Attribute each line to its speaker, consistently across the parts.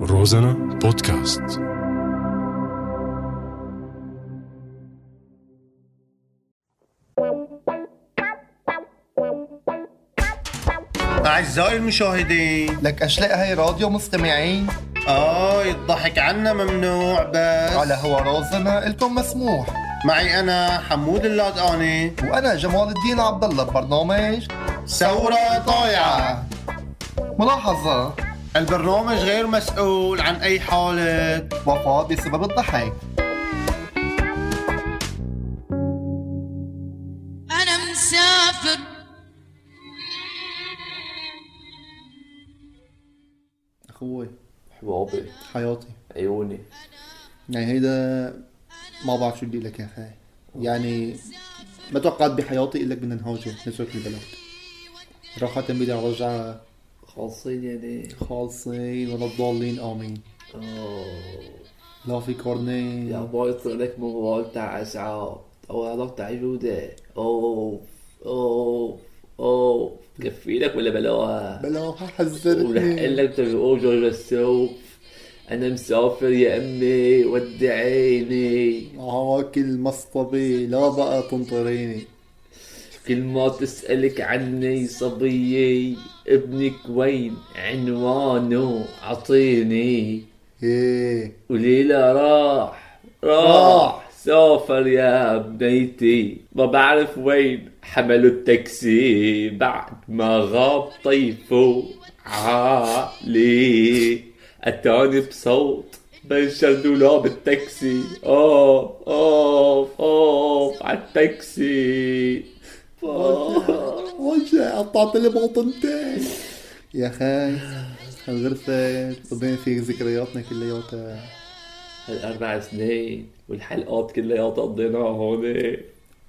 Speaker 1: روزانا بودكاست
Speaker 2: أعزائي المشاهدين
Speaker 3: لك اشلاء هاي راديو مستمعين
Speaker 2: آي الضحك عنا ممنوع بس
Speaker 3: على هو رازنا الكم مسموح
Speaker 2: معي أنا حمود اللادقاني
Speaker 3: وانا جمال الدين عبد الله ببرنامج
Speaker 2: ثورة طايعة
Speaker 3: ملاحظه
Speaker 2: البرنامج غير مسؤول عن أي حالة
Speaker 3: وفاه بسبب الضحك
Speaker 4: أنا مسافر
Speaker 2: أخوي
Speaker 5: بابي
Speaker 2: حياتي
Speaker 5: عيوني
Speaker 2: يعني هيدا ما بعرف شو بدي لك يا أخي يعني ما توقعت بحياتي إلك بدنا نهاجر نترك البلد راحة بلا رجعة
Speaker 5: خالصين يعني
Speaker 2: خالصين ولا الضالين آمين لا في
Speaker 5: آه. يا
Speaker 2: كورني
Speaker 5: باي لك موال تاع اسعار او علاقة تاع جودة اوف اوف اوف كفي لك ولا بلاها
Speaker 2: بلا
Speaker 5: وراح
Speaker 2: حذرتني
Speaker 5: اقول لك تبي اوجر السوف انا مسافر يا امي ودعيني
Speaker 2: عواكي المصطبة آه، لا بقى تنطريني
Speaker 5: كل ما تسألك عني صبيي ابنك وين عنوانه عطيني
Speaker 2: ايه
Speaker 5: وليلى راح راح سافر يا بنيتي ما بعرف وين حملوا التاكسي بعد ما غاب طيفه عالي اتاني بصوت بنشر دولاب التاكسي اوف اوف اوف عالتاكسي
Speaker 2: وجه قطعت لي باطنتين يا خاي الغرفة طبين فيك ذكرياتنا كلياتها
Speaker 5: هالاربع سنين والحلقات كلياتها قضيناها هون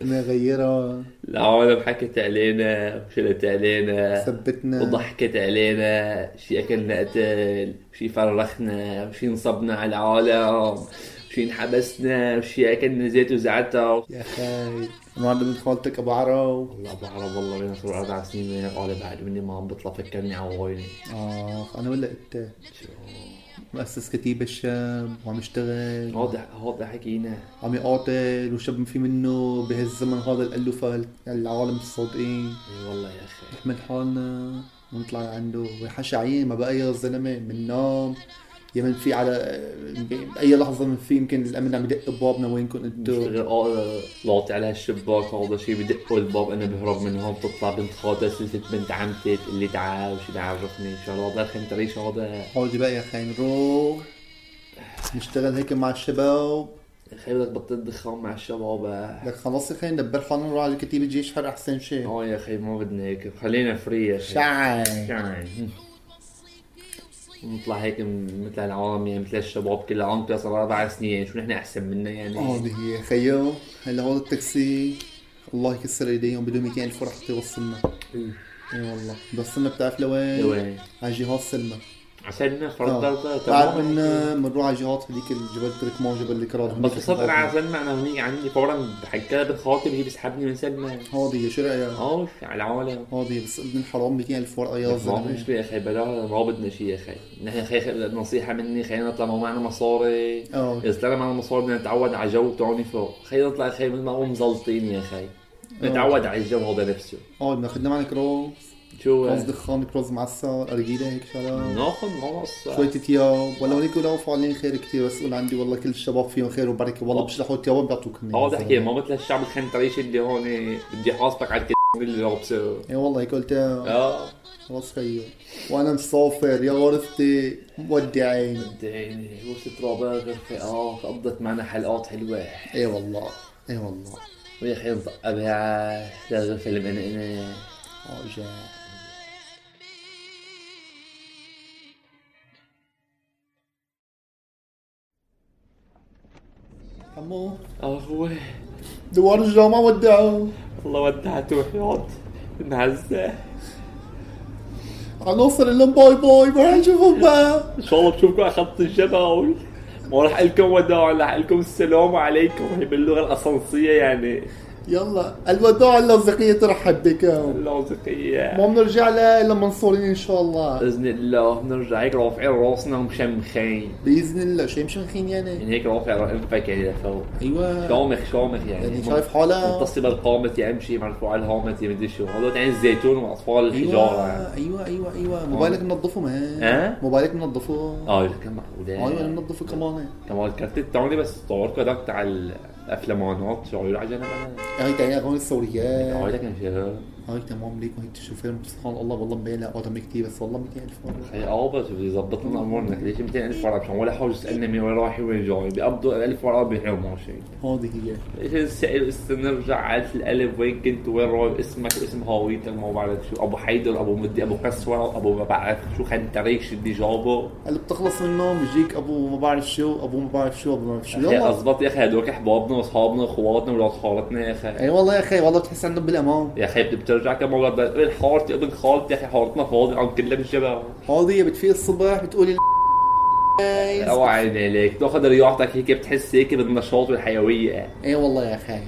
Speaker 2: مغيرة
Speaker 5: العالم حكت علينا وشلت علينا
Speaker 2: ثبتنا.
Speaker 5: وضحكت علينا شي اكلنا قتل وشي فرخنا وشي انصبنا على العالم وشي انحبسنا وشي اكلنا زيت وزعتر
Speaker 2: يا خاي النهارده من خالتك ابو عرو
Speaker 5: والله بعرف والله من صار اربع سنين من العالم بعد مني ما عم بطلع فكرني عوالي
Speaker 2: اخ انا ولا انت مؤسس كتيبة الشام وعم يشتغل
Speaker 5: هذا هذا حكينا
Speaker 2: عم يقاتل وشب في منه بهالزمن هذا الألوفة العالم الصادقين
Speaker 5: اي والله يا اخي
Speaker 2: نحمل حالنا ونطلع آه، عنده وحش عين ما بقى يا زلمه من نام يا من في على باي لحظه من في يمكن الامن عم يدق ببابنا وينكم انتو
Speaker 5: بشتغل آه، لاطي على هالشباك هذا شي بدقوا الباب انا بهرب من هون بتطلع بنت خالتها سلسة بنت عمتي تقول لي تعال شو بعرفني شو هذا الخنتريش هذا
Speaker 2: حوجي بقى يا خي نروح نشتغل هيك مع الشباب
Speaker 5: خلي بالك بطل دخان مع الشباب
Speaker 2: لك خلص يا خي ندبر حالنا ونروح على كتيبه جيش حر احسن شيء
Speaker 5: اه يا اخي ما بدنا هيك خلينا فري يا اخي
Speaker 2: شعر
Speaker 5: يعني نطلع هيك م- مثل العالم يعني مثل الشباب كل عام كلها صار اربع سنين شو نحن احسن منا يعني
Speaker 2: هذه هي خيو هلا هذا التاكسي الله يكسر ايديهم بدون 200 الف رح يوصلنا اي إيه والله بوصلنا بتعرف لوين؟
Speaker 5: لوين؟
Speaker 2: على جهاز سلمى
Speaker 5: عسلنا فرطرطة
Speaker 2: آه. بعد
Speaker 5: تمام
Speaker 2: منا بنروح على الجهات هذيك الجبل تركمان جبل الكراد
Speaker 5: بس صدق انا عسلنا انا هنيك عندي فورا بحكيها بالخاطر هي بسحبني من سلمى
Speaker 2: هاضي يا شو رأيك؟
Speaker 5: اوف على العالم
Speaker 2: هاضي بس ابن الحرام 200 الف ورقة يا
Speaker 5: ما
Speaker 2: زلمة
Speaker 5: مشكلة يا اخي بلا ما بدنا شيء يا اخي نحن خي خي- نصيحة مني خلينا نطلع ما معنا مصاري
Speaker 2: اه
Speaker 5: اذا طلع معنا مصاري بدنا نتعود على جو توني فوق خلينا نطلع يا اخي مثل ما هو مزلطين يا اخي نتعود على الجو هذا نفسه
Speaker 2: اه بدنا اخذنا معنا كروز
Speaker 5: شو
Speaker 2: كروز دخان كروز معسل أرجيلة هيك شغلات
Speaker 5: ناخذ نص
Speaker 2: شوية تياب ولا هونيك ولا وقفوا علينا خير كثير بس قول عندي والله كل الشباب فيهم خير وبركة والله بشلحوا تيابهم بيعطوك هن
Speaker 5: هذا حكي ما مثل الشعب الخنتريش اللي هون بدي حاسبك على الكد اللي لابسه
Speaker 2: اي إيه والله هيك قلت
Speaker 5: اه
Speaker 2: خلاص خيو وانا مسافر يا غرفتي ودي عيني
Speaker 5: يعني وسط رابع غرفة اه قضت معنا حلقات حلوة
Speaker 2: اي إيه والله اي والله
Speaker 5: ويا اخي نطق بها لغرفة المنقنة
Speaker 2: اه جاي عمو
Speaker 5: اه هو
Speaker 2: دوار الجامعة ودعوا
Speaker 5: والله ودعته حياض نعزة
Speaker 2: عنوصل لهم باي باي ما رح نشوفهم بقى
Speaker 5: ان شاء الله بشوفكم على خط الجبل ما راح لكم وداع راح لكم السلام عليكم هي باللغة الأسانسية يعني
Speaker 2: يلا الوداع اللاذقية ترحب بكم
Speaker 5: اللازقية
Speaker 2: ما بنرجع لها الا منصورين ان شاء الله
Speaker 5: باذن الله بنرجع هيك رافعين راسنا ومشمخين
Speaker 2: باذن الله شي مشمخين يعني
Speaker 5: يعني هيك رافع رقبتك يعني لفوق
Speaker 2: ايوه
Speaker 5: شامخ شامخ يعني
Speaker 2: يعني شايف حالها
Speaker 5: متصل بالقامة يا امشي مرفوع الهامة يا مدري شو هذول عين الزيتون واطفال الحجارة يعني.
Speaker 2: ايوه ايوه ايوه ايوه موبايلك منظفه ما
Speaker 5: ها؟
Speaker 2: موبايلك منظفه
Speaker 5: اه لك معقولة
Speaker 2: ايوه انا منظفه كمان
Speaker 5: كمان الكارت التوني بس الطور هذاك تاع الافلامانات شو عيون عجنة انا
Speaker 2: هاي تاعي اغاني الثوريات
Speaker 5: هاي لك شو
Speaker 2: هاي تمام ليك وهيك تشوفين سبحان الله والله مبالغ ادم كتير بس والله 200000 مره
Speaker 5: هي اه بس بده يظبط لنا امورنا ليش 200000 ورقه مشان ولا حول يسالنا مين وين رايح وين جاي بيقبضوا 1000 ورقه بيحرموا شيء
Speaker 2: هذه هي
Speaker 5: ليش نسال نرجع على الالف وين كنت وين رايح اسمك واسم هويتك ما بعرف شو ابو حيدر ابو مدي ابو كسوه ابو ما بعرف شو خنتريك شو بدي جابه
Speaker 2: اللي بتخلص من النوم بيجيك ابو ما بعرف شو ابو ما بعرف شو ابو ما بعرف شو
Speaker 5: اخي
Speaker 2: يلا
Speaker 5: اضبط يا اخي هدول احبابنا واصحابنا واخواتنا ولاد خالتنا يا اخي
Speaker 2: اي والله يا اخي والله بتحس عندهم بالامان
Speaker 5: يا اخي بترجع كم مره بقول حارتي ابن خالتي يا اخي حارتنا فاضي عم كلها بالجبل
Speaker 2: هذه بتفيق الصبح بتقولي
Speaker 5: او عيني عليك تاخذ رياحتك هيك بتحس هيك بالنشاط والحيويه
Speaker 2: اي والله يا اخي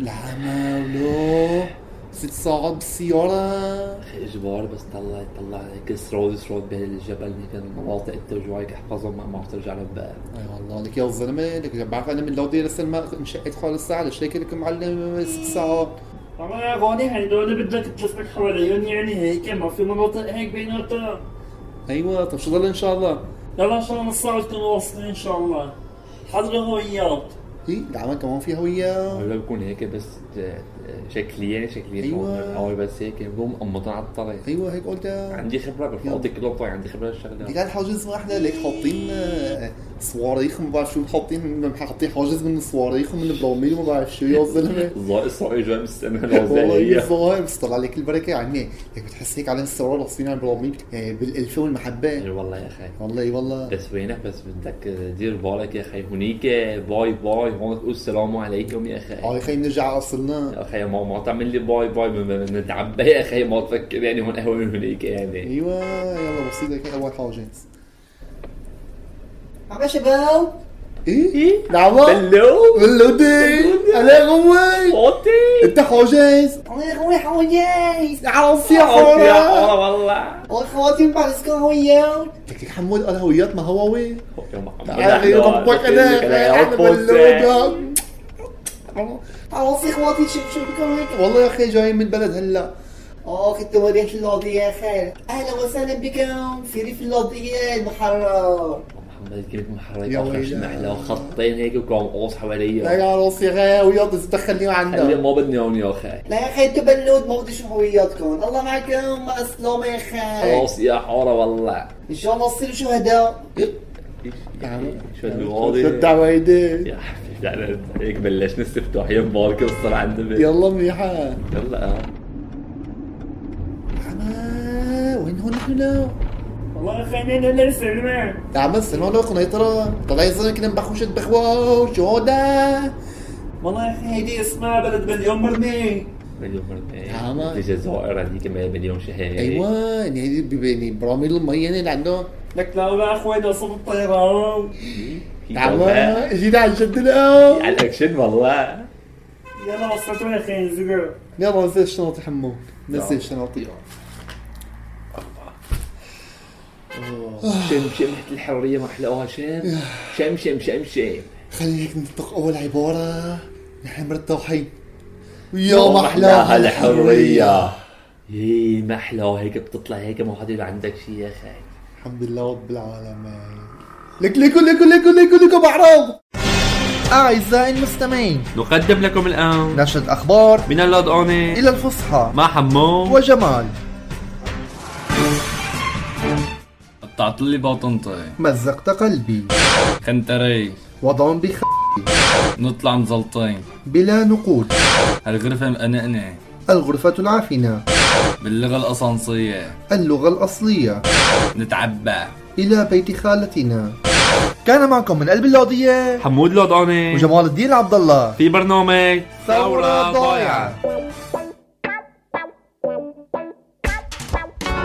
Speaker 2: العمى ولو ست ساعات بالسيارة
Speaker 5: اخي اجبار بس طلع طلع هيك سرود سرود بالجبل هيك المناطق انت وجوعك احفظهم ما بعرف ترجع لبقى
Speaker 2: اي والله لك يا الزلمة لك بعرف انا من لودي لسه ما انشقت خالص الساعة لشيك لك معلم ست ساعات
Speaker 6: طبعا يا غاني يعني لو انا بدك تلفك حواليهم يعني هيك ما في مناطق هيك بيناتها
Speaker 2: ايوه طب شو ضل ان شاء الله
Speaker 6: يلا ان شاء الله نص ساعة تكونوا واصلين ان شاء الله حضروا هويات
Speaker 2: هي العمى كمان في هوية
Speaker 5: ولا بكون هيك بس ت- شكليا شكليا
Speaker 2: أيوة.
Speaker 5: اول بس هيك بقوم مقمطين على الطريق
Speaker 2: ايوه هيك قلتها
Speaker 5: عندي خبره بالفاضي
Speaker 2: أيوة.
Speaker 5: كله طبعا عندي خبره بالشغله
Speaker 2: ليك على الحاجز احنا ليك حاطين آه، صواريخ ما بعرف شو حاطين حاطين حاجز من الصواريخ ومن البراميل وما بعرف شو يا الزلمه
Speaker 5: الظاهر اسرائيل جاي مستنى
Speaker 2: والله
Speaker 5: الغزاليه
Speaker 2: الظاهر بس طلع لك البركه يعني ليك بتحس هيك على الصور راسين على البراميل آه، بالالفه والمحبه
Speaker 5: إيه، والله يا اخي
Speaker 2: والله والله
Speaker 5: بس وينك بس بدك دير بالك يا اخي هنيك باي باي هون تقول السلام عليكم يا اخي
Speaker 2: اه خلينا نرجع على اصلنا
Speaker 5: يا اخي ما ما تعمل لي باي باي نتعبى يا اخي ما تفكر يعني هون قهوه من هنيك يعني
Speaker 2: ايوه يلا بسيط هيك اول حاجه
Speaker 7: عم يا شباب
Speaker 5: إيه؟
Speaker 2: ايه نعم
Speaker 5: بلو
Speaker 2: بلودي انا غوي
Speaker 5: اوتي
Speaker 2: انت حاجز
Speaker 7: عم يا اخوي حواليك
Speaker 2: عرفت يا
Speaker 5: يا
Speaker 2: حورة
Speaker 5: حارة والله
Speaker 7: واخواتي بعرسكم هويات
Speaker 2: لك لك حمود قال هويات ما هواوي
Speaker 5: يا محمد
Speaker 2: تعالي يا باباك انا انا بلوجة
Speaker 7: عرفتي اخواتي شوف شوف بكم هيك
Speaker 2: والله يا اخي جاي من بلد هلا
Speaker 7: اخ انت وريت اللوضي يا خال اهلا وسهلا بكم في ريف اللوضي المحرر
Speaker 5: محمد كلمة
Speaker 2: يا
Speaker 5: محرك
Speaker 2: ويلي.
Speaker 5: شمحلة وخطين هيك وكم قوس
Speaker 2: لا يا
Speaker 5: حواليا
Speaker 2: عروس يا اخي وياض إذا تخليه
Speaker 5: قال لي
Speaker 2: عندنا
Speaker 5: ما بدني هون يا اخي
Speaker 7: لا يا خال انتوا بلود ما بدي اشوف هوياتكم الله معكم مع السلامه يا خال
Speaker 5: خلاص يا حارة والله
Speaker 7: ان شاء الله تصيروا شهداء
Speaker 5: شو
Speaker 2: شو
Speaker 5: المواضيع
Speaker 2: يعني الدعوة هيدي
Speaker 5: يا حبيبي لا، لا، هيك بلشنا استفتاحية مباركة وصار عندنا
Speaker 2: يلا منيحة
Speaker 5: يلا
Speaker 2: عما وين هون نحن لا
Speaker 6: والله خلينا لسه سلمان
Speaker 2: يا عم السنة هون قنيطرة طلع يزن كنا بخوشة بخوة شهودة
Speaker 6: والله يا اخي هيدي اسمها بلد مليون مرمي
Speaker 5: مليون مرة
Speaker 2: عمى.
Speaker 5: في جزائر هذيك مليون شهر
Speaker 2: ايوه يعني هيدي بي- يعني براميل المية يعني اللي عندهم
Speaker 6: لك لولا اخواني صوب الطيران
Speaker 5: في
Speaker 2: يا عم
Speaker 5: كمان.
Speaker 2: جينا على الجد الآن
Speaker 5: على الاكشن والله
Speaker 6: يلا وصلتوا يا اخي انزلوا
Speaker 2: يلا نزل الشنط حمو نزل الشنط
Speaker 5: شم شمحة الحرية ما احلاها شم شم شم شم شم
Speaker 2: خلينا هيك ننطق اول عباره نحن مرتاحين ويا محلاها الحريه
Speaker 5: ايه ما احلاها هيك بتطلع هيك ما حدا يبقى عندك شيء يا اخي
Speaker 2: الحمد لله رب العالمين لك لك لك لك لك لك بعرض
Speaker 3: أعزائي المستمعين
Speaker 5: نقدم لكم الآن
Speaker 3: نشرة أخبار
Speaker 5: من اللود اوني
Speaker 3: إلى الفصحى
Speaker 5: مع حمو
Speaker 3: وجمال
Speaker 8: قطعت لي باطنطي
Speaker 3: مزقت قلبي
Speaker 8: خنتري
Speaker 3: وضع بخ
Speaker 8: نطلع مزلطين
Speaker 3: بلا نقود
Speaker 8: هالغرفة مقنقنة
Speaker 3: الغرفة العفنة
Speaker 8: باللغة الأسانسية
Speaker 3: اللغة الأصلية
Speaker 8: نتعبى
Speaker 3: إلى بيت خالتنا كان معكم من قلب اللوضية
Speaker 5: حمود لود اوني
Speaker 3: وجمال الدين عبد الله
Speaker 5: في برنامج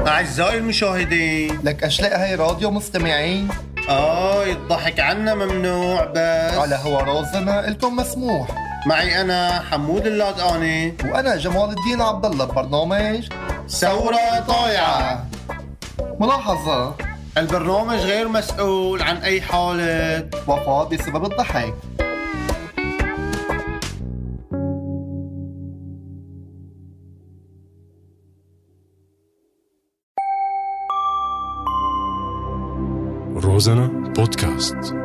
Speaker 9: أعزائي المشاهدين
Speaker 3: لك أشلاء هاي راديو مستمعين
Speaker 9: اه الضحك عنا ممنوع بس
Speaker 2: على هو رازنا الكم مسموح
Speaker 9: معي انا حمود اللادقاني
Speaker 2: وانا جمال الدين عبد الله ببرنامج
Speaker 9: ثورة طايعة
Speaker 2: ملاحظه
Speaker 9: البرنامج غير مسؤول عن اي حالة
Speaker 2: وفاه بسبب الضحك
Speaker 1: Розана подкаст.